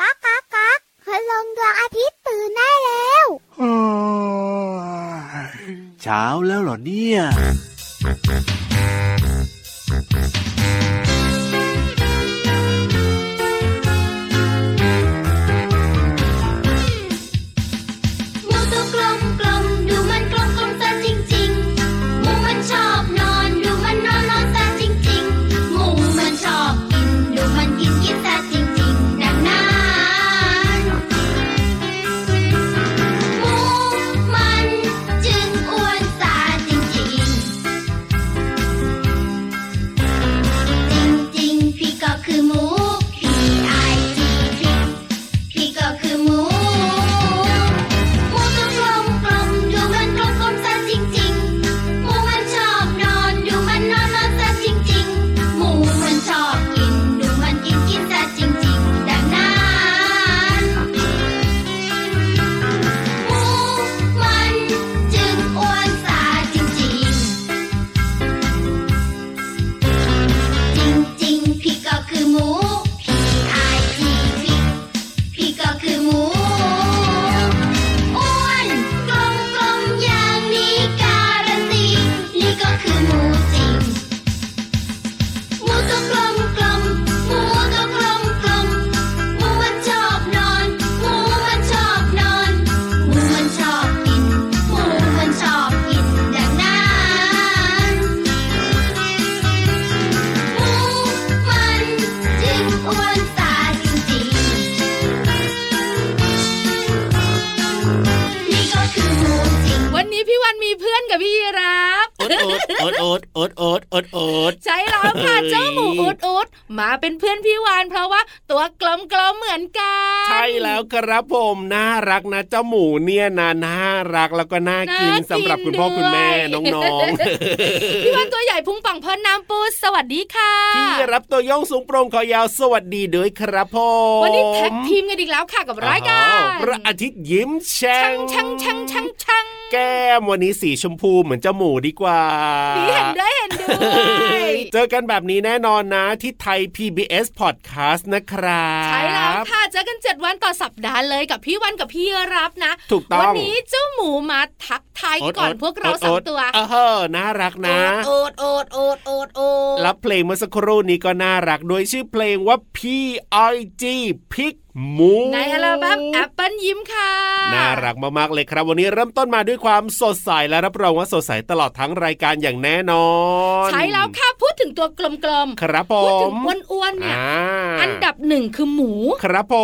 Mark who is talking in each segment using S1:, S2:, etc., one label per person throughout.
S1: ก๊ากก๊ากก๊ากคืลงดวงอาทิตย์ตื่นได้แล้ว
S2: เช้าแล้วเหรอเนี่ย
S3: งูตัวกลมกลมดูมันกลมกลมซะจริงๆงูมันชอบนอนดูมันนอนนอนซะจริงๆงูมันชอบกินดูมันกินกินซะจริงๆดังนั้นงูมันจึงอ้วนซะจริงๆ จริงๆ พี่ก็คือหมู P I G พี่ก็คือหมู หมูตัวกลมกลมดูมันกลมกลมซะจริงๆ หมูมันชอบนอนดูมันนอนนอนซะจริงๆ หมูมันชอบกินดูมันกินกินซะจริงๆ ดังนั้นหมูมันจึงอ้วนซะจริงๆ จริงๆ พี่ก็คือหมู P I G พี่พี่ก็คือหมู อ้วนกลมกลมอย่างนี้การันตีนี่ก็คือหมูจริงหมูตัวกลมกลมหมูตัวกลมกลมหมูมันชอบนอนหมูมันชอบนอนหมูมันชอบกินหมูมันชอบกินดังนั้นหมูมันจึงอ้วนตาจริงๆ นี่ก็คือหมูจริง
S4: วันนี้พี่วันมีเพื่อนกับพี่ยีรับ
S5: โอดโอดโอดโอดโอดโอดโอดโอด
S4: ใช่แล้วค่ะ
S5: เอ้ย
S4: เจ้าหมูอุดอุดมาเป็นเพื่อนพี่วานเพราะว่า ตัวกลมกลมๆเหมือนกัน
S5: ใช่แล้วครับผมน่ารักนะเจ้าหมูเนี่ยนะน่ารักแล้วก็น่ากินสำหรับคุณพ่อคุณแม่น้องๆ
S4: พี่วานตัวใหญ่พุงป่องพอน้ำปูสวัสดีค่ะ
S5: พี่รับตัวโย่องสูงโปร่งคอยาวสวัสดีด้วยครับผม
S4: วันนี้แท็กทีมกันอีกแล้วค่ะกับรายกา
S5: อ้
S4: ร
S5: วพระอาทิตย์ยิ้มแฉ่
S4: ชั
S5: ง
S4: งชังชังชังชัง
S5: แก้มวันนี้สีชมพูเหมือนเจ้าหมูดีกว่า
S4: ดีเห็นด้วยเห็นด้ว
S5: เฮ้
S4: ย
S5: ยเจอกันแบบนี้แน่นอนนะที่ไทย PBS Podcast นะครับ
S4: ใช่แล้วค่ะเจอกันเจ็ดวันต่อสัปดาห์เลยกับพี่วันกับพี่รับนะ
S5: ถูกต้อง
S4: วันนี้เจ้าหมูมาทักทาย
S5: โด
S4: ก่อน
S5: โด
S4: พวกเรา
S5: โด
S4: สอง
S5: โด
S4: ตัว
S5: เออเฮ้อน่ารักนะ
S4: โอดโอดโอดโอดโอด
S5: รับเพลงเมื่อสักครู่นี้ก็น่ารักด้วยชื่อเพลงว่า P.I.G. พิกหมู
S4: ในอัลบั้มแอปเปิลยิ้มค่ะ
S5: น่ารักมากๆเลยครับ วันนี้เริ่มต้นมาด้วยความสดใสและรับรองว่าสดใสตลอดทั้งรายการอย่างแน่นอน
S4: ใช้แล้วค่ะพูดถึงตัวกลม
S5: ครับผ
S4: ๆ พูดถึง
S5: ม
S4: อ้วนๆเนี่ย
S5: อ่า
S4: อันดับหนึ่งคือหมู
S5: ครับผ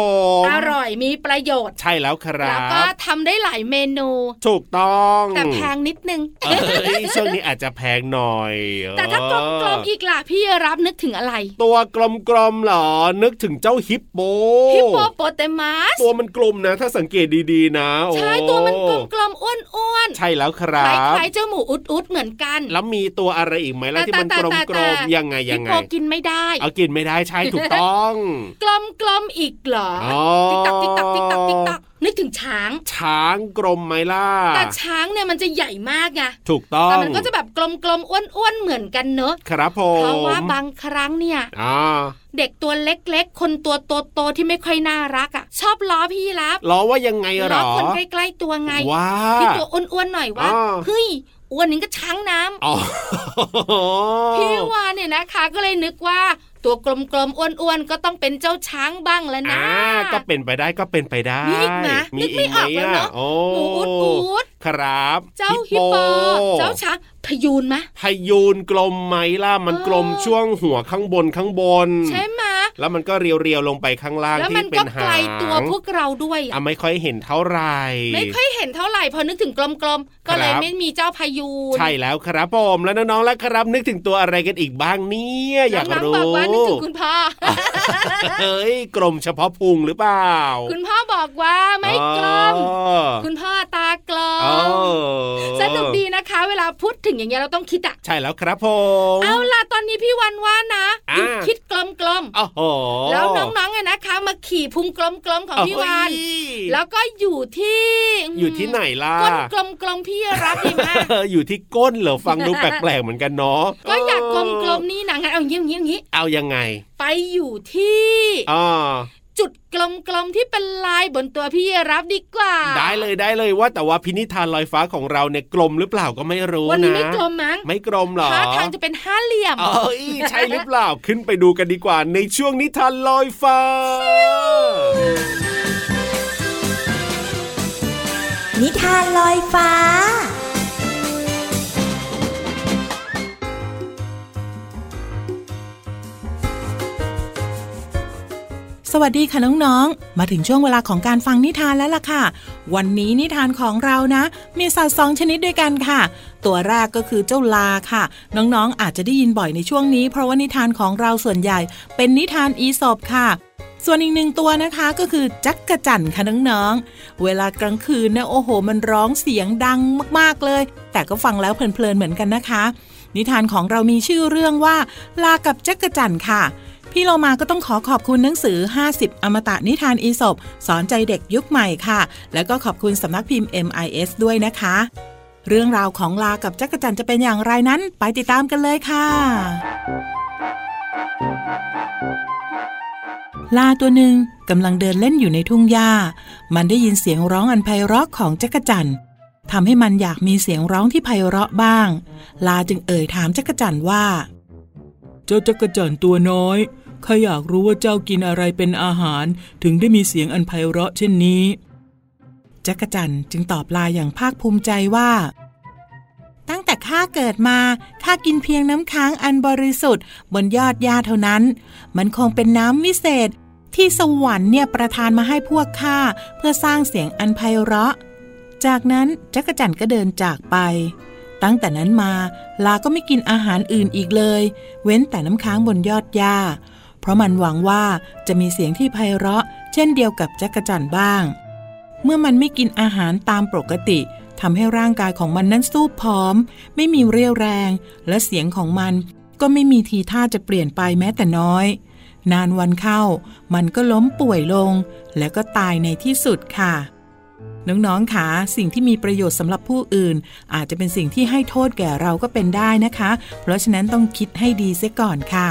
S5: ม
S4: อร่อยมีประโยชน์
S5: ใช่แล้วครั
S4: แล้วก็
S5: บ
S4: ทำได้หลายเมนู
S5: ถูกต้อง
S4: แต่แพงนิดนึง
S5: เอ้ยช่วงนี้อาจจะแพงหน่อย
S4: แต่ถ้ากลมๆอีกล่ะพี่รับนึกถึงอะไร
S5: ตัวกลมๆเหรอ นึกถึงเจ้าฮิปโป
S4: ฮิปโปโปเตมัส
S5: ตัวมันกลมนะ ถ้าสังเกตดีๆนะโอ้
S4: ใช่ตัวมันกลมๆอ้วน
S5: ใช่แล้วค
S4: ๆ
S5: รั
S4: ค
S5: บ
S4: ล้ายๆเจ้าหมูอุดๆเหมือนกัน
S5: แล้วมีตัวอะไรอีกไหมล่ะที่มันกลมๆยังไงยังไง
S4: ฮิปโปกินไม่ได้
S5: เอากินไม่ได้ใช่ถูกต้อง
S4: กลมกลมๆอีกเหรอ
S5: อ๋อ
S4: ติ๊กตักติ๊กตักติ๊กตักติ๊กตักนึกถึงช้าง
S5: ช้างกลมไหมล่ะ
S4: แต่ช้างเนี่ยมันจะใหญ่มากไง
S5: ถูกต้อง
S4: แต่มันก็จะแบบกลมกลมๆอ้วนๆเหมือนกันเนอะ
S5: ครับผ
S4: เพราะ
S5: ม
S4: ว่าบางครั้งเนี่ย
S5: อ่า
S4: เด็กตัวเล็กๆ คนตัวโตๆที่ไม่ค่อยน่ารักอ่ะ ชอบล้อพี่รับ
S5: ล้อว่ายังไงเหร
S4: ล้อ
S5: อ
S4: คนใกล้ๆตัวไง
S5: ว้า
S4: ที่ตัวอ้วนๆหน่อยว่า
S5: อ่า
S4: เฮ้ยอ้วนนี้ก็ช้างน้ำ
S5: อ๋อ
S4: พี่วานเนี่ยนะคะก็เลยนึกว่าตัวกลมๆอ้วนๆก็ต้องเป็นเจ้าช้างบ้างแล้วนะ
S5: อ่าก็เป็นไปได้ก็เป็นไปได้
S4: มีอีกนะนึกไม่ออกแล้วเนอะ
S5: โอ้
S4: หมูอุดอุด
S5: ครับ
S4: เจ้าฮิปโปเจ้าช้างพยูนไหม
S5: พยูนกลมไหมล่ะมัน
S4: เออ
S5: กลมช่วงหัวข้างบนข้างบน
S4: ใช่ไหม
S5: แล้วมันก็เรียวๆลงไปข้างล่าง
S4: แล้วมั
S5: ที่
S4: น
S5: เป็
S4: ก็
S5: นหาง
S4: ไกลตัวพวกเราด้วยอะ
S5: อ่ะไม่ค่อยเห็นเท่าไหร่
S4: ไม่ค่อยเห็นเท่าไหร่พอนึกถึงกลมๆ ก็เลย
S5: ครับ
S4: ไม่มีเจ้าพายูน
S5: ใช่แล้วครับผมแล้วน้องๆแล้วครับ นึกถึงตัวอะไรกันอีกบ้างเนี่ยอยาก
S4: น้องๆ
S5: รู้
S4: บอกว่านึกถึงคุณ พ่อ
S5: เอ้ยกลมเฉพาะพุงหรือเปล่า
S4: คุณพ่อบอกว่าไม่กลม
S5: อ๋อ
S4: คุณพ่อตากล
S5: อ๋อ
S4: มสนุกดีนะคะ เวลาพูดถึงอย่างเงี้ยเราต้องคิดอะ
S5: ใช่แล้วครับผม
S4: เอาล่ะตอนนี้พี่วันว่านะหยุด
S5: อ่า
S4: คิดกลม
S5: โอ้โห
S4: ๆแล้วน้องๆไงนะคะ มา ขี่พุงกลมๆของพี่วาน
S5: โอ้ย
S4: แล้วก็อยู่ที่
S5: อยู่ที่ไหนล่ะ
S4: ก้นกลมๆพี่รับดีมาก
S5: อยู่ที่ก้นเหรอฟังดูแปลกๆเหมือนกันเนาะ
S4: ก็อยากกลมๆนี่นะงั้นเอาอย่างงี้อย่างงี้อย่างงี้
S5: เอายังไง
S4: ไปอยู่ที่
S5: อ๋อ
S4: จุดกลมๆที่เป็นลายบนตัวพี่รับดีกว่า
S5: ได้เลยได้เลยว่าแต่ว่าพินิธานลอยฟ้าของเราเนี่ยกลมหรือเปล่าก็ไม่รู้นะ
S4: วันนี้ไม่กลมมั้ง
S5: ไม่กลมเหรอ
S4: ท่าทางจะเป็นห้าเหลี่ยม
S5: เอ้ยใช่หรือเปล่า ขึ้นไปดูกันดีกว่า ในช่วงนิทานลอยฟ้า
S6: นิทานลอยฟ้า
S7: สวัสดีค่ะน้องๆ มาถึงช่วงเวลาของการฟังนิทานแล้วล่ะค่ะ วันนี้นิทานของเรานะ มีสัตว์สองชนิดด้วยกันค่ะ ตัวแรกก็คือเจ้าลาค่ะ น้องๆ อาจจะได้ยินบ่อยในช่วงนี้ เพราะว่านิทานของเราส่วนใหญ่ เป็นนิทานอีสบค่ะ ส่วนอีกหนึ่งตัวนะคะก็คือจักกะจั่นค่ะน้องๆ เวลากลางคืนเนี่ยโอ้โห มันร้องเสียงดังมากๆเลย แต่ก็ฟังแล้วเพลินๆเหมือนกันนะคะ นิทานของเรามีชื่อเรื่องว่า ลากับจักกะจั่นค่ะ พี่เรามาก็ต้องขอขอบคุณหนังสือ 50 อมตะนิทานอีสบสอนใจเด็กยุคใหม่ค่ะ แล้วก็ขอบคุณสำนักพิมพ์ MIS ด้วยนะคะ เรื่องราวของลากับจักรจันทร์จะเป็นอย่างไรนั้น ไปติดตามกันเลยค่ะ ลาตัวหนึ่งกำลังเดินเล่นอยู่ในทุ่งหญ้า มันได้ยินเสียงร้องอันไพเราะของจักรจันทร์ทำให้มันอยากมีเสียงร้องที่ไพเราะบ้าง ลาจึงเอ่ยถามจักรจันทร์ว่า
S8: เจ้าจักรจั่นตัวน้อย ข้าอยากรู้ว่าเจ้ากินอะไรเป็นอาหาร ถึงได้มีเสียงอันไพเราะเช่นนี้
S7: จักรจันทร์จึงตอบลาอย่างภาคภูมิใจว่า ตั้งแต่ข้าเกิดมาข้ากินเพียงน้ำค้างอันบริสุทธิ์ บนยอดหญ้าเท่านั้น มันคงเป็นน้ำวิเศษ ที่สวรรค์เนี่ยประทานมาให้พวกข้าเพื่อสร้างเสียงอันไพเราะ จากนั้นจักรจันทร์ก็เดินจากไป ตั้งแต่นั้นมาลาก็ไม่กินอาหารอื่นอีกเลย เว้นแต่น้ำค้างบนยอดหญ้า เพราะมันหวังว่าจะมีเสียงที่ไพเราะ เช่นเดียวกับจักรจันทร์บ้าง เมื่อมันไม่กินอาหารตามปกติทำให้ร่างกายของมันนั้นสู้ผอม ไม่มีเรี่ยวแรง และเสียงของมันก็ไม่มีทีท่าจะเปลี่ยนไปแม้แต่น้อย นานวันเข้า มันก็ล้มป่วยลง แล้วก็ตายในที่สุดค่ะ น้องๆค่ะสิ่งที่มีประโยชน์สำหรับผู้อื่น อาจจะเป็นสิ่งที่ให้โทษแก่เราก็เป็นได้นะคะ เพราะฉะนั้นต้องคิดให้ดีเสียก่อนค่ะ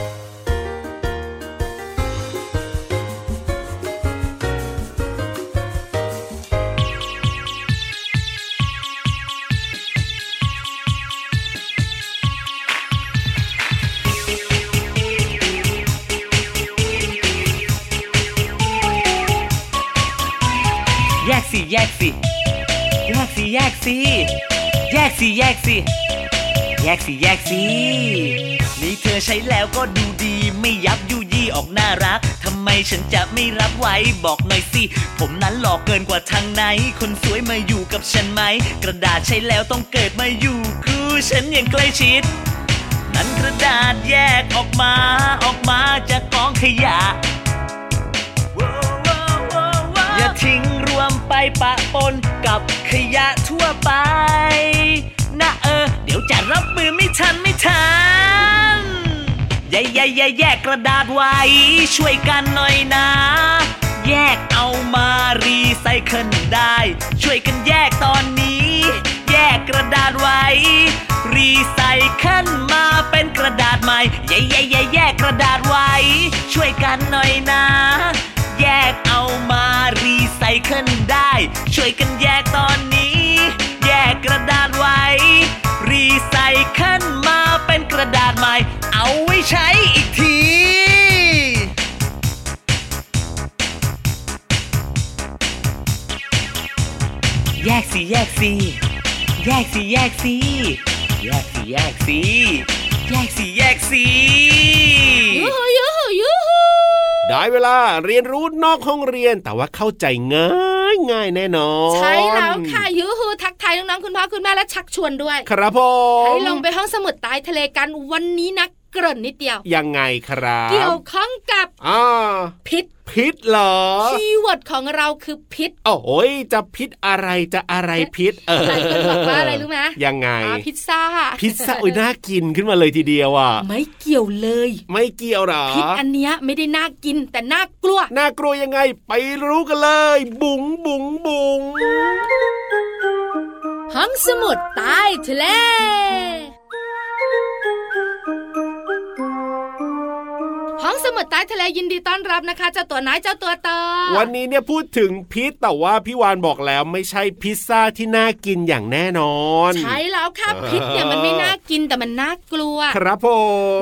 S9: แยกสิแยกสิแยกสิแยกสิแยกสิแยกสิแยกสิแยกสินี่เธอใช้แล้วก็ดูดี ไม่ยับยุยี่ออกน่ารักทำไมฉันจะไม่รับไว้บอกหน่อยสิ ผมนั้นหลอกเกินกว่าทางไหน คนสวยมาอยู่กับฉันไหม กระดาษใช้แล้วต้องเกิดมาอยู่คู่ฉันอย่างใกล้ชิด นั้นกระดาษแยกออกมาออกมาจากกองขยะ อย่าทิ้งรวมไปปะปนกับขยะทั่วไป นะเออ เดี๋ยวจะรับมือไม่ทันไม่ทันแย่แย่แย่แยกกระดาษไว้ ช่วยกันหน่อยนะ แยกเอามารีไซเคิลได้ ช่วยกันแยกตอนนี้ แยกกระดาษไว้ รีไซเคิลมาเป็นกระดาษใหม่แย่แย่แย่แยกกระดาษไว้ ช่วยกันหน่อยนะ แยกเอามารีไซเคิลได้ ช่วยกันแยกตอนนี้ แยกกระดาษไว้ รีไซเคิลมาเป็นกระดาษใหม่ เอาไว้ใช้อีกที แยกสิแยกสิแยกสิแยกสิแยกสิแยกสิแยกสิแยกสิ
S4: ยูหูยูหูยูหู
S5: ได้เวลาเรียนรู้นอกห้องเรียนแต่ว่าเข้าใจง่ายง่ายแน่นอน
S4: ใช่แล้วค่ะยูหูทักทายน้องๆคุณพ่อคุณแม่และชักชวนด้วย
S5: ครับผ
S4: ให้
S5: ม
S4: ลงไปห้องสมุดใต้ทะเลกันวันนี้นะ เกริ่นนิดเดียว
S5: ยังไงครับ
S4: เกี่ยวข้องกับ
S5: อ่า
S4: พิษ
S5: พิษเหรอ
S4: คีย์เวิร์ดของเราคือพิษ
S5: โอ้โหยจะพิษอะไรจะอะไรพิษ เออ
S4: หลายคนบอกว่าอะไรรู้ไหม
S5: ยังไง
S4: อ่าพิซซ่า
S5: พิซซ่าโอ้ยน่ากินขึ้นมาเลยทีเดียวอ่ะ
S4: ไม่เกี่ยวเลย
S5: ไม่เกี่ยวหรอ
S4: พิษอันเนี้ยไม่ได้น่ากินแต่น่ากลัว
S5: น่ากลัวยังไงไปรู้กันเลย บุ๋งบุ๋งบุ๋ง
S4: ห้องสมุดใต้ทะเล ห้องสมุดใต้ทะเลยินดีต้อนรับนะคะเจ้าตัวน้อยเจ้าตัวโต
S5: วันนี้เนี่ยพูดถึงพิษแต่ว่าพี่วานบอกแล้วไม่ใช่พิซซ่าที่น่ากินอย่างแน่นอน
S4: ใช่แล้วค่ะ
S5: เออ
S4: พิษเนี่ยมันไม่น่ากินแต่มันน่ากลัว
S5: ครับผ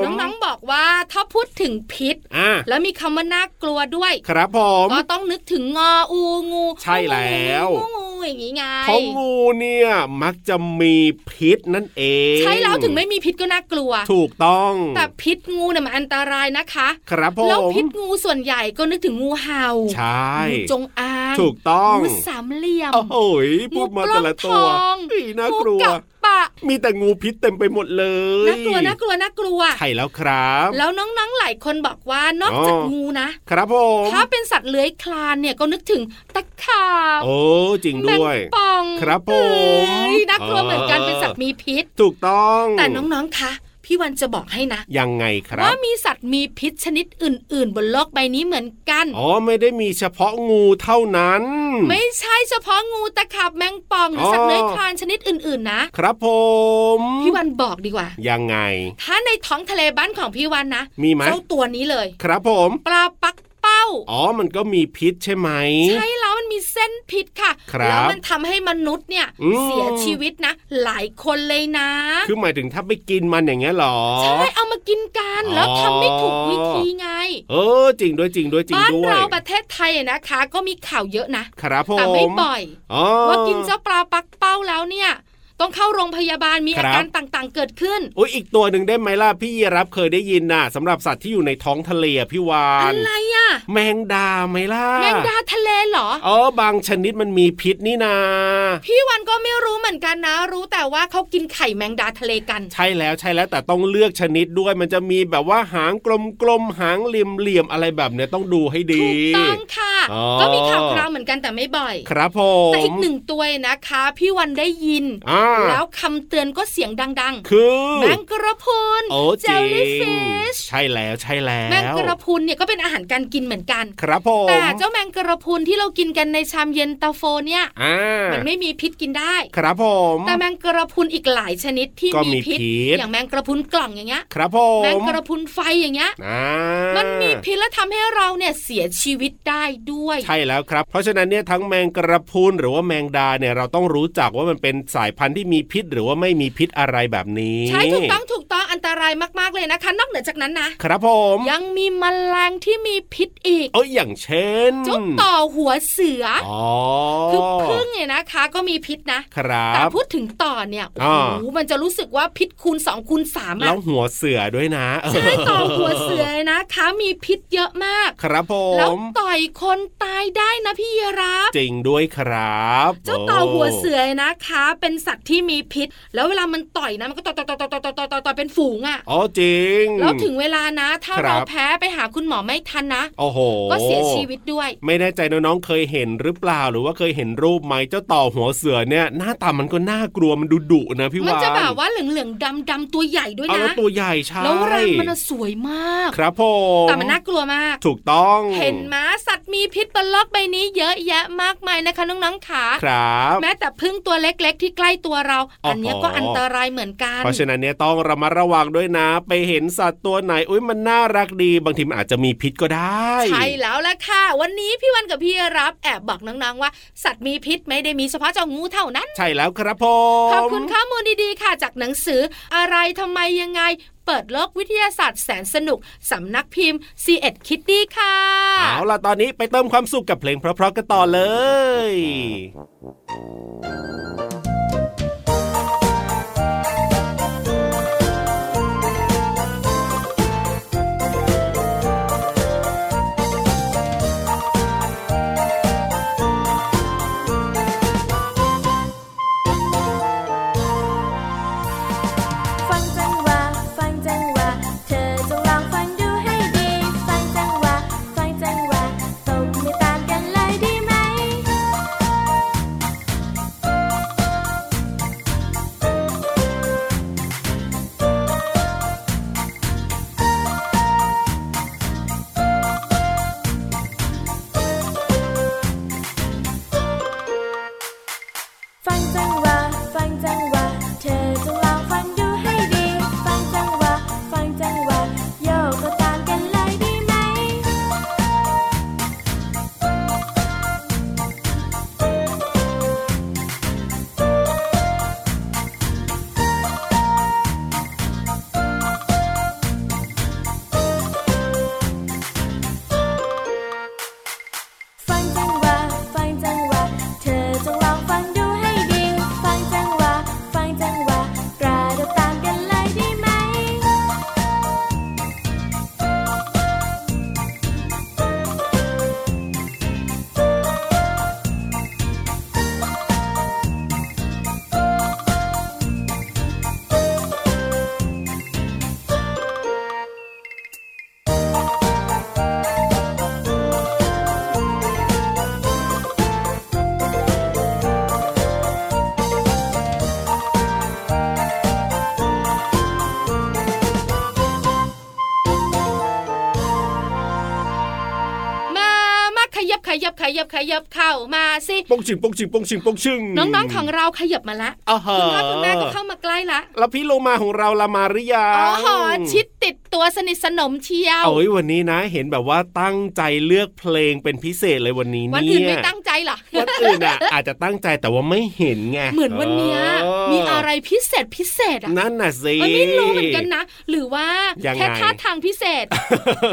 S5: ม
S4: น้องๆบอกว่าถ้าพูดถึงพิษ
S5: อ่ะ
S4: แล้วมีคำว่าน่ากลัวด้วย
S5: ครับผม
S4: ก็ต้องนึกถึงงออูงู
S5: ใช่แล้ว
S4: งูงูงูอย่างนี้ไง
S5: เพราะงูเนี่ยมักจะมีพิษนั่นเอง
S4: ใช่แล้วถึงไม่มีพิษก็น่ากลัว
S5: ถูกต้อง
S4: แต่พิษงูเนี่ยมันอันตรายนะคะ
S5: ครับผม
S4: แล้วพิษงูส่วนใหญ่ก็นึกถึงงูเห่า
S5: ใช่
S4: งูจงอาง
S5: ถูกต้อง
S4: งูสามเหลี่ยม
S5: โอ้โหยพูดมาแต่ละตัว
S4: งูกล้องทอง
S5: อุ๊ยน่ากลัว
S4: กับปะ
S5: มีแต่งูพิษเต็มไปหมดเลย
S4: น่ากลัวน่ากลัวน่ากลัว
S5: ใช่แล้วครับ
S4: แล้วน้องๆหลายคนบอกว่านอกจากงูนะครับ
S5: ผม
S4: ถ้าเป็นสัตว์เลื้อยคลานเนี่ยก็นึกถึงตะขาบ
S5: โอ้จริง
S4: แม
S5: ด้
S4: ง
S5: วย
S4: ป่อง
S5: ครับผม
S4: เอ้ยน่ากลัวเหมือนกันเป็นสัตว์มีพิษ
S5: ถูกต้อง
S4: แต่น้องๆคะพี่วันจะบอกให้นะ
S5: ยังไงครั
S4: ว่า
S5: บ
S4: มีสัตว์มีพิษชนิดอื่น ๆ บนโลกใบนี้เหมือนกัน
S5: อ๋อไม่ได้มีเฉพาะงูเท่านั้น
S4: ไม่ใช่เฉพาะงูตะขาบแมงป่องหรืออ
S5: อ
S4: สัตว์เลื้อยคลานชนิดอื่น ๆ นะ
S5: ครับผม
S4: พี่วันบอกดีกว่า
S5: ยังไง
S4: ถ้าในท้องทะเลบ้านของพี่วันนะ
S5: มีไหม
S4: เจ้าตัวนี้เลย
S5: ครับผม
S4: ปลาปักเป้า
S5: อ๋อมันก็มีพิษใช่ไหม
S4: ใช่แล้วมันมีเส้นพิษค่ะ
S5: ครับ
S4: แล้วมันทำให้มนุษย์เนี่ย
S5: อืม
S4: เสียชีวิตนะ หลายคนเลยนะ
S5: คือหมายถึงถ้าไปกินมันอย่างเงี้ยเหรอ
S4: ใช่เอามากินกันแล้ว
S5: อ๋อ
S4: ทำไม่ถูกวิธีไง
S5: เออจริงด้วยจริงด้วยจริง
S4: บ้าน
S5: ด้วย
S4: เราประเทศไทยอะนะคะ ก็มีข่าวเยอะนะครับ
S5: ผม
S4: แต่ไม่บ่อย
S5: อ๋อ
S4: ว่ากินเจ้าปลาปักเป้าแล้วเนี่ย ต้องเข้าโรงพยาบาลมี
S5: ครั
S4: อา
S5: บ
S4: การต่างๆ เกิดขึ้น
S5: โอ้ยอีกตัวหนึ่งได้ไหมล่ะพี่ยีรับเคยได้ยินน่ะสำหรับสัตว์ที่อยู่ในท้องทะเลอะพี่วา
S4: อะ
S5: น
S4: ไรอ่ะ
S5: แมงดาไหมล่ะ
S4: แมงดาทะเลเหรอ
S5: เออบางชนิดมันมีพิษนี่นา
S4: พี่วันก็ไม่รู้เหมือนกันนะ รู้แต่ว่าเขากินไข่แมงดาทะเลกัน
S5: ใช่แล้วใช่แล้วแต่ต้องเลือกชนิดด้วยมันจะมีแบบว่าหางกลมๆหางเหลี่ยมๆอะไรแบบเนี้ยต้องดูให้ดี
S4: ถูกต้องค่ะ
S5: อ๋อ
S4: ก็มีข่าวคราวเหมือนกันแต่ไม่บ่อย
S5: ครับผ
S4: แต่
S5: ม
S4: อีกหนึ่งตัวนะคะ พี่วันได้ยิน
S5: อ่า
S4: แล้วคำเตือนก็เสียงดัง
S5: คือ
S4: ๆ แมงกระพรุน
S5: โอ้
S4: เจ
S5: จริ
S4: ลลี่
S5: ง
S4: ฟิช
S5: ใช่แล้วใช่แล้ว
S4: แมงกระพรุนเนี่ยก็เป็นอาหารการกินเหมือนกัน
S5: ครับผม
S4: แต่เจ้าแมงกระพรุนที่เรากินกันในชามเย็นตาโฟเนี่ย
S5: อ่า
S4: มันไม่มีพิษกินได้
S5: ครับผม
S4: แต่แมงกระพรุนอีกหลายชนิดที่
S5: ก็มี
S4: มีพิษ
S5: พิษ
S4: อย่างแมงกระพรุนกล่องอย่างเงี้ย
S5: ครับผม
S4: แมงกระพรุนไฟอย่างเงี้ย
S5: อ่า
S4: มันมีพิษและทำให้เราเนี่ยเสียชีวิตได้ด้วย
S5: ใช่แล้วครับ เพราะฉะนั้นเนี่ยทั้งแมงกระพรุนหรือว่าแมงดาเนี่ยเราต้องรู้จักว่ามันเป็นสายพันธุ์ที่มีพิษหรือว่าไม่มีพิษอะไรแบบนี้
S4: ใช่ถูกต้องถูกต้องอันตรายมากๆเลยนะคะ นอกเหนือจากนั้นนะ
S5: ครับผม
S4: ยังมีแมลงที่มีพิษอีก
S5: เอ้ยอย่างเช่น
S4: เจุกต่อหัวเสืออ
S5: อ๋อ
S4: คือพึ่งเนี่ยนะคะ ก็มีพิษนะ
S5: ครั
S4: แต่
S5: บ
S4: พูดถึงต่อเนี่ยโอ้
S5: อ่า
S4: โหมันจะรู้สึกว่าพิษคูณสองคูณสาม
S5: แล้
S4: อะ
S5: วหัวเสือด้วยนะ
S4: ใช่ต่อหัวเสือนะคะมีพิษเยอะมาก
S5: ครับผ
S4: แล้ว
S5: ม
S4: ต่อยคนตายได้นะพี่ยีรับ
S5: จริงด้วยครับ
S4: เจ้า
S5: โ
S4: เต่าหัวเสือนะคะ เป็นสัตว์ที่มีพิษ แล้วเวลามันต่อยนะมันก็ต่อยต่อยต่อยต่อยต่อยต่อยต่อยต่อยเป็นฝูงอ่ะ
S5: อ๋อจริง
S4: แล้วถึงเวลานะ ถ้า
S5: ครับ
S4: เราแพ้ไปหาคุณหมอไม่ทันนะ
S5: โอ้โห
S4: ก็เสียชีวิตด้วย
S5: ไม่แน่ใจน้องๆเคยเห็นหรือเปล่าหรือว่าเคยเห็นรูปไหมเจ้าต่อหัวเสือเนี่ย หน้าตามันก็น่ากลัวมันดุดุๆนะพี่
S4: มัน
S5: วาน
S4: จะแบบว่าเหลืองๆดำๆตัวใหญ่ด้วย
S5: เอาแล้
S4: นะ
S5: วตัวใหญ่ใช่
S4: แล้วรังมันน่ะสวยมาก
S5: ครับผม
S4: แต่มันน่ากลัวมาก
S5: ถูกต้อง
S4: เห็นไหมาสัตว์มีพิษบนโลกใบนี้เยอะแยะมากมายนะคะน้องๆขา
S5: ครับ
S4: แม้แต่พึ่งตัวเล็กๆ ที่ใกล้ตัวเรา
S5: อ๋ออั
S4: อันเนี้ยก็อันตรายเหมือนกัน
S5: เพราะฉะนั้นเนี่ยต้องระมัดระวังด้วยนะ ไปเห็นสัตว์ตัวไหนอุ้ยมันน่ารักดี บางทีมันอาจจะมีพิษก็ได้
S4: ใช่แล้วล่ะค่ะ วันนี้พี่วันกับพี่รับแอบบอกน้องๆว่า สัตว์มีพิษไม่ได้มีเฉพาะเจ้างูเท่านั้น
S5: ใช่แล้วครับผม
S4: ขอบคุณข้อมูลดีๆค่ะ จากหนังสืออะไรทำไมยังไง เปิดโลกวิทยาศาสตร์แสนสนุกสำนักพิมพ์ c ีเอ็ดคิตตี้ค่ะ
S5: เอาล่ะตอนนี้ไปเติมความสุขกับเพลงเพราะๆกันต่อเลย
S6: ฟังจังหวะฟังจังหวะเธอ
S4: ขยับขยับขยับเข้ามาสิ
S5: ปงชิงปงชิงปงชิงปงชิง
S4: น้องๆของเราขยับมาละ
S5: อ๋อฮะ
S4: คุณพ่อคุณแม่ก็เข้ามาใกล้ละ
S5: แล้วพี่โลมาของเราละมาหรือยั
S4: อ๋
S5: ง
S4: อหอชิดติดตัวสนิทสนมเชียว
S5: เอ้ยวันนี้นะ เห็นแบบว่าตั้งใจเลือกเพลงเป็นพิเศษเลยวันนี้
S4: วัน
S5: เนี่
S4: อื่น
S5: ย
S4: ไม่ตั้งใจเหรอ
S5: วันอื่นอ่ะ อาจจะตั้งใจแต่ว่าไม่เห็นไง
S4: เหมือนวันเนี้ย
S5: เ
S4: มีอะไรพิเศษพิเศษอ่ะ
S5: นั่นน่ะสิ
S4: เอ้ยไม่รู้เหมือนกันนะ หรือว่าย
S5: งไง
S4: แค่ท่าทางพิเศ ษ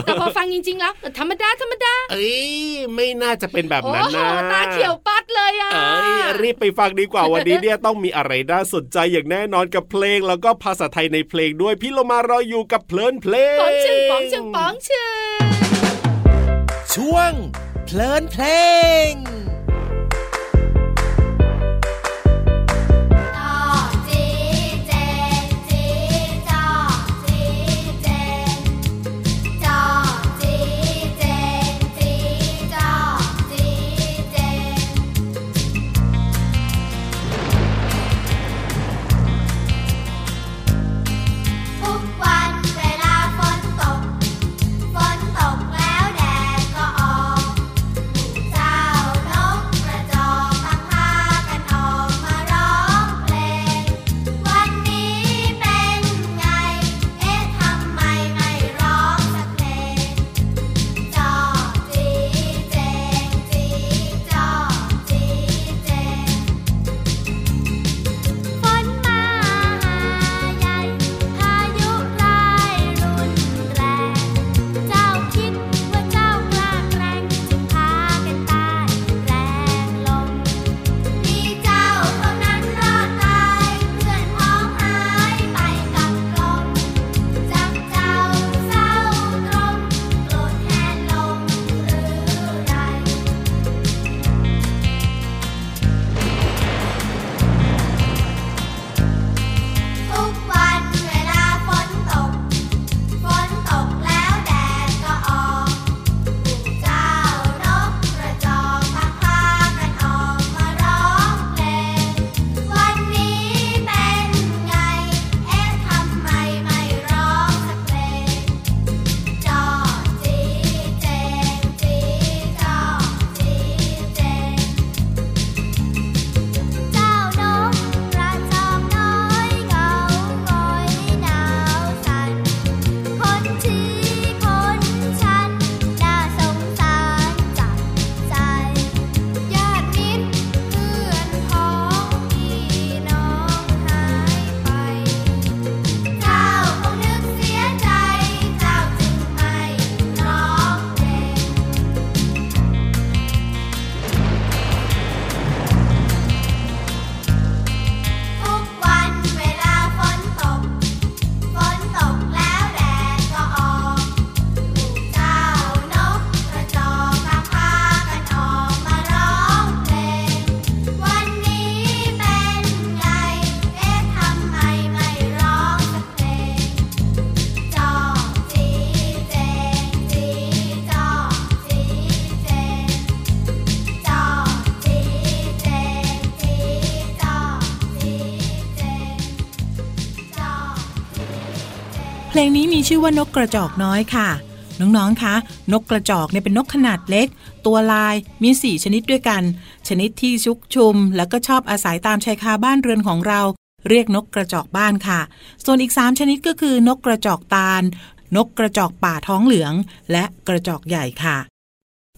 S4: แต่พอฟังจริง ๆ แล้ว ธรรมดาธรรมดา
S5: เอ้ยไม่น่าจะเป็นแบบ
S4: โอ้
S5: นั้น
S4: โห
S5: นะ
S4: ตาเขียวปัดเลยอ่ะ
S5: เอ้ยรีบไปฟังดี กว่าวันนี้เนี่ยต้องมีอะไรน่าสนใจอย่างแน่นอนกับเพลง แล้วก็ภาษาไทยในเพลงด้วยพี่เรามารออยู่กับเพลินเพลง
S4: ป๋องชื่อป๋องชื่อป๋องชื่อ
S2: ช่วง เพลินเพลง
S3: ต่อจีเจจีจอจีเจจอจีเจจีจอจีเจ ทุกวันเวลาฝนตก ฝนตกแล้วแดดก็ออก เจ้านกกระจอกต่างพากันออกมาร้องเพลง วันนี้เป็นไง เอ๊ะทำไมไม่ร้องสักเพลงจอจีเจงจีจอจีเจง ฝนมาใหญ่พายุร้ายรุนแรง เจ้าคิดว่าเจ้ากล้าแกล้งจึงพากันตายแรงลมมีเจ้าเท่านั้นรอดตายเพื่อนพ้องหายไปกับลมจับเจ้าเศร้าตรงโกรธแทนลมหรือไร ทุกวันเวลาฝนตก ฝนตกแล้วแดดก็ออกปู่เจ้านกกระจอกพักพากันออกมาร้องเพลง วันนี้เป็นไง เอ๊ะทำไมไม่ร้องสักเพลงจอจีเจงจีจอจีเจง เจ้านกกระจอกน้อยเงาง่อยหนาวสั่นคนชี้คนชันน่าสงสารจับใจญาติมิตรเพื่อนพ้องพี่น้องหายไป เจ้าคงนึกเสียใจ เจ้าจึงไม่ร้องเพลง ทุกวันเวลาฝนตก ฝนตกแล้วแดดก็ออกลูกเจ้านกกระจอกต่างพากันออกมาร้องเพลง วันนี้เป็นไง เอ๊ะทำไมไม่ร้องสักเพลงจอกจีเจงจีจอกจีเจง จอจีเจงจีจอจีเจงจอจีเจง
S7: เพลงนี้มีชื่อว่านกกระจอกน้อยค่ะ น้องๆ คะ นกกระจอกเนี่ยเป็นนกขนาดเล็ก ตัวลายมี 4 ชนิดด้วยกัน ชนิดที่ชุกชุม แล้วก็ชอบอาศัยตามชายคาบ้านเรือนของเรา เรียกนกกระจอกบ้านค่ะ ส่วนอีก 3 ชนิดก็คือนกกระจอกตาล นกกระจอกป่าท้องเหลือง และกระจอกใหญ่ค่ะ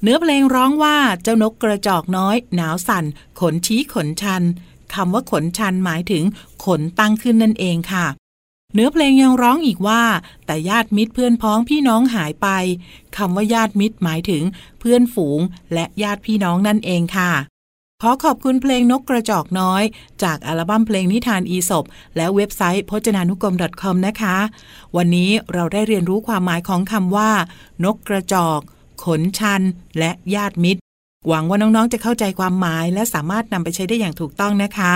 S7: เนื้อเพลงร้องว่าเจ้านกกระจอกน้อย หนาวสั่น ขนชี้ขนชันคำว่าขนชันหมายถึงขนตั้งขึ้นนั่นเองค่ะ เนื้อเพลงยังร้องอีกว่า แต่ญาติมิตรเพื่อนพ้องพี่น้องหายไปคำว่าญาติมิตรหมายถึง เพื่อนฝูง และญาติพี่น้องนั่นเองค่ะ ขอขอบคุณเพลงนกกระจอกน้อย จากอัลบั้มเพลงนิทานอีสบและเว็บไซต์พจนานุกรม .com นะคะ วันนี้เราได้เรียนรู้ความหมายของคำว่า นกกระจอก ขนชัน และญาติมิตร หวังว่าน้องๆจะเข้าใจความหมายและสามารถนำไปใช้ได้อย่างถูกต้องนะคะ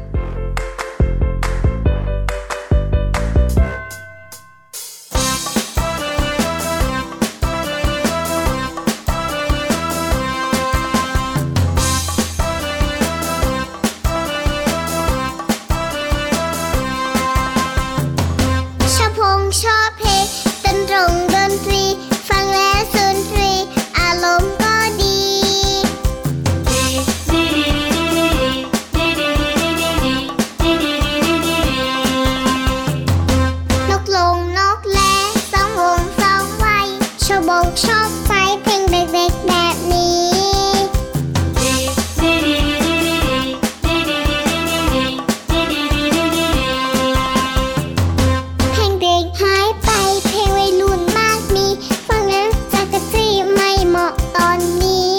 S3: เ
S1: ไฟเพลงเด็กๆแบบนี้ เพลงเด็กหายไปเพลงวัยรุ่นมากมี ฟังแล้วจะกระจีไม่เหมาะตอนนี้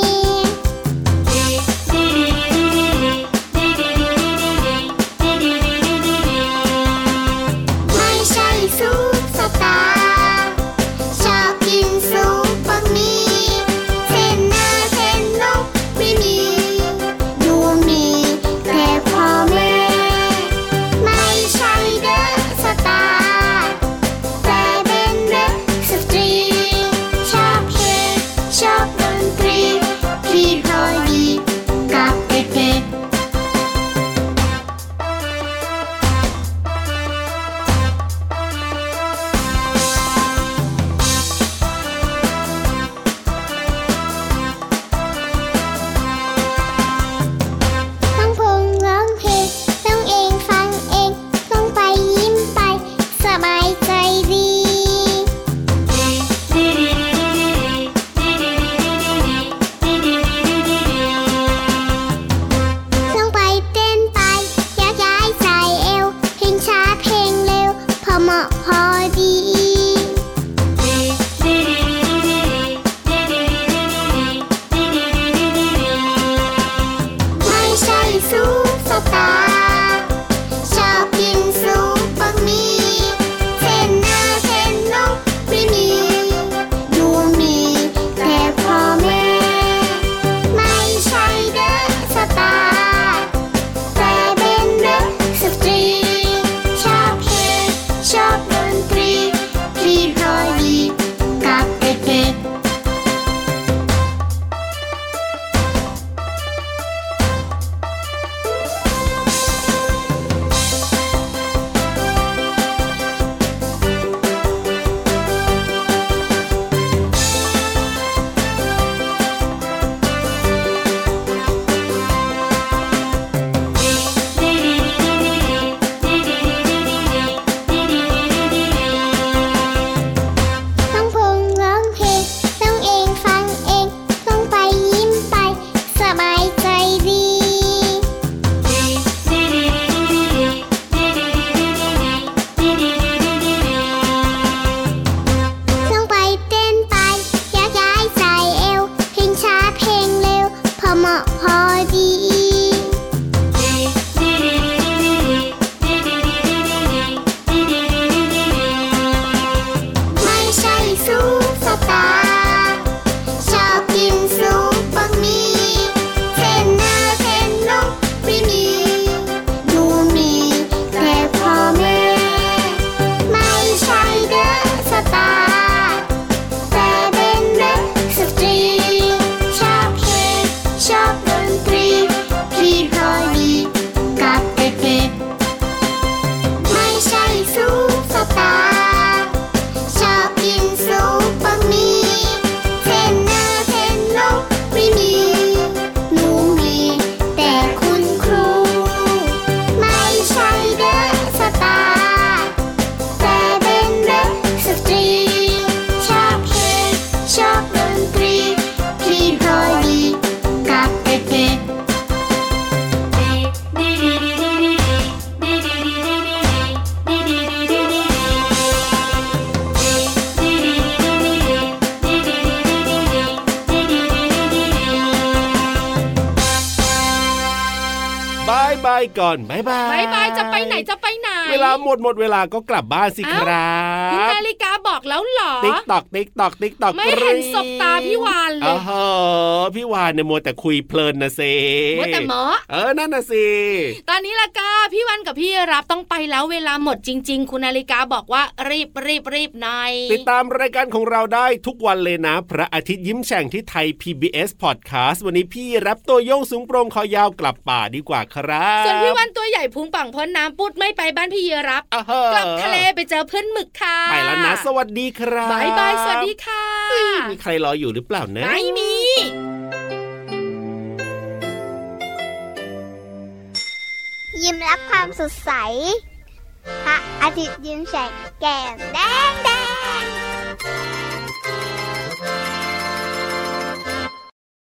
S1: ไม่ใช่ซุปสตาร์ชอบกินซุปบะหมี่เส้นหน้าเส้นนกไม่มี ดูมีแต่พ่อแม่ ไม่ใช่เดอะสตาร์แต่เป็นเดอะสตรีชอบเพลงชอบดนตรีที่พอดีกับเด็กๆ ต้องพงร้องเพลงต้องเองฟังเอง ต้องไปยิ้มไป สบายใจดี ต้องไปเต้นไปยักย้ายใส่เอว เพลงช้าเพลงเร็ว พอเหมาะพอดี ไม่ใช่ซุปสตาร์ชอบกินซุปบะหมี่เส้นหน้าเส้นนกไม่มี ดูมีแต่พ่อแม่ ไม่ใช่เดอะสตาร์แต่เป็นเดอะสตรีชอบเพลงชอบดนตรีที่พอดีกับเด็กๆ ต้องพงร้องเพลงต้องเองฟังเอง ต้องไปยิ้มไป สบายใจดี ต้องไปเต้นไปยักย้ายใส่เอว เพลงช้าเพลงเร็ว พอเหมาะพอดี ไม่ใช่ซุปสตาร์ชอบกินซุปบะหมี่เส้นหน้าเส้นนกไม่มี ดูมีแต่พ่อแม่ ไม่ใช่เดอะสตาร์แต่เป็นเดอะสตรีชอบเพลงชอบดนตรีที่พอดีกับเด็กๆไม่ใช่ซุปสตาร์ ชอบกินซุปบะหมี่เส้นหน้าเส้นนกไม่มี หนูมีแต่คุณครู ไม่ใช่เดอะสตาร์แต่เป็นเดอะสตรีชอบเพลงชอบดนตรีที่พอดีกับเด็กๆ
S5: บายบายก่อนบายบาย
S4: บายบายจะไปไหนจะไปไหน
S5: เวลาหมดหมดเวลาก็กลับบ้านสิครั
S4: คุณ
S5: บ
S4: นาฬิกาบอกแล้วเหรอ
S5: ติ๊กตอกติ๊กตอกติ๊กตอก
S4: ไม่เห็นสบตาพี่วานเลย
S5: อ๋อฮะพี่วานเนี่ยมัวแต่คุยเพลินนะเซ
S4: มัวแต่หมอ
S5: เออนั่นนะสิ
S4: ตอนนี้ละก็พี่วันกับพี่รับต้องไปแล้วเวลาหมดจริง ๆ คุณนาฬิกาบอกว่ารีบรีบรีบหน่อย
S5: ติดตามรายการของเราได้ทุกวันเลยนะ พระอาทิตย์ยิ้มแฉ่งที่ไทย PBS Podcast วันนี้พี่รับตัวโยงสูงโปรงคอยาวกลับป่าดีกว่าครับ
S4: ส่วนพี่วันตัวใหญ่พุงป่องพ้นน้ำปุดไม่ไปบ้านพี่เยรับ
S5: อ่าฮ
S4: กลับทะเลไปเจอเพื่อนหมึกค่ะ
S5: ไปแล้วนะ สวัสดีครับ
S4: บายบายสวัสดีค่ะ
S5: มีใครรออยู่หรือเปล่านะ
S4: ไม่มี
S10: ยิ้มรับความสดใส พระอาทิตย์ยิ้มแฉกแก้มแดงแดง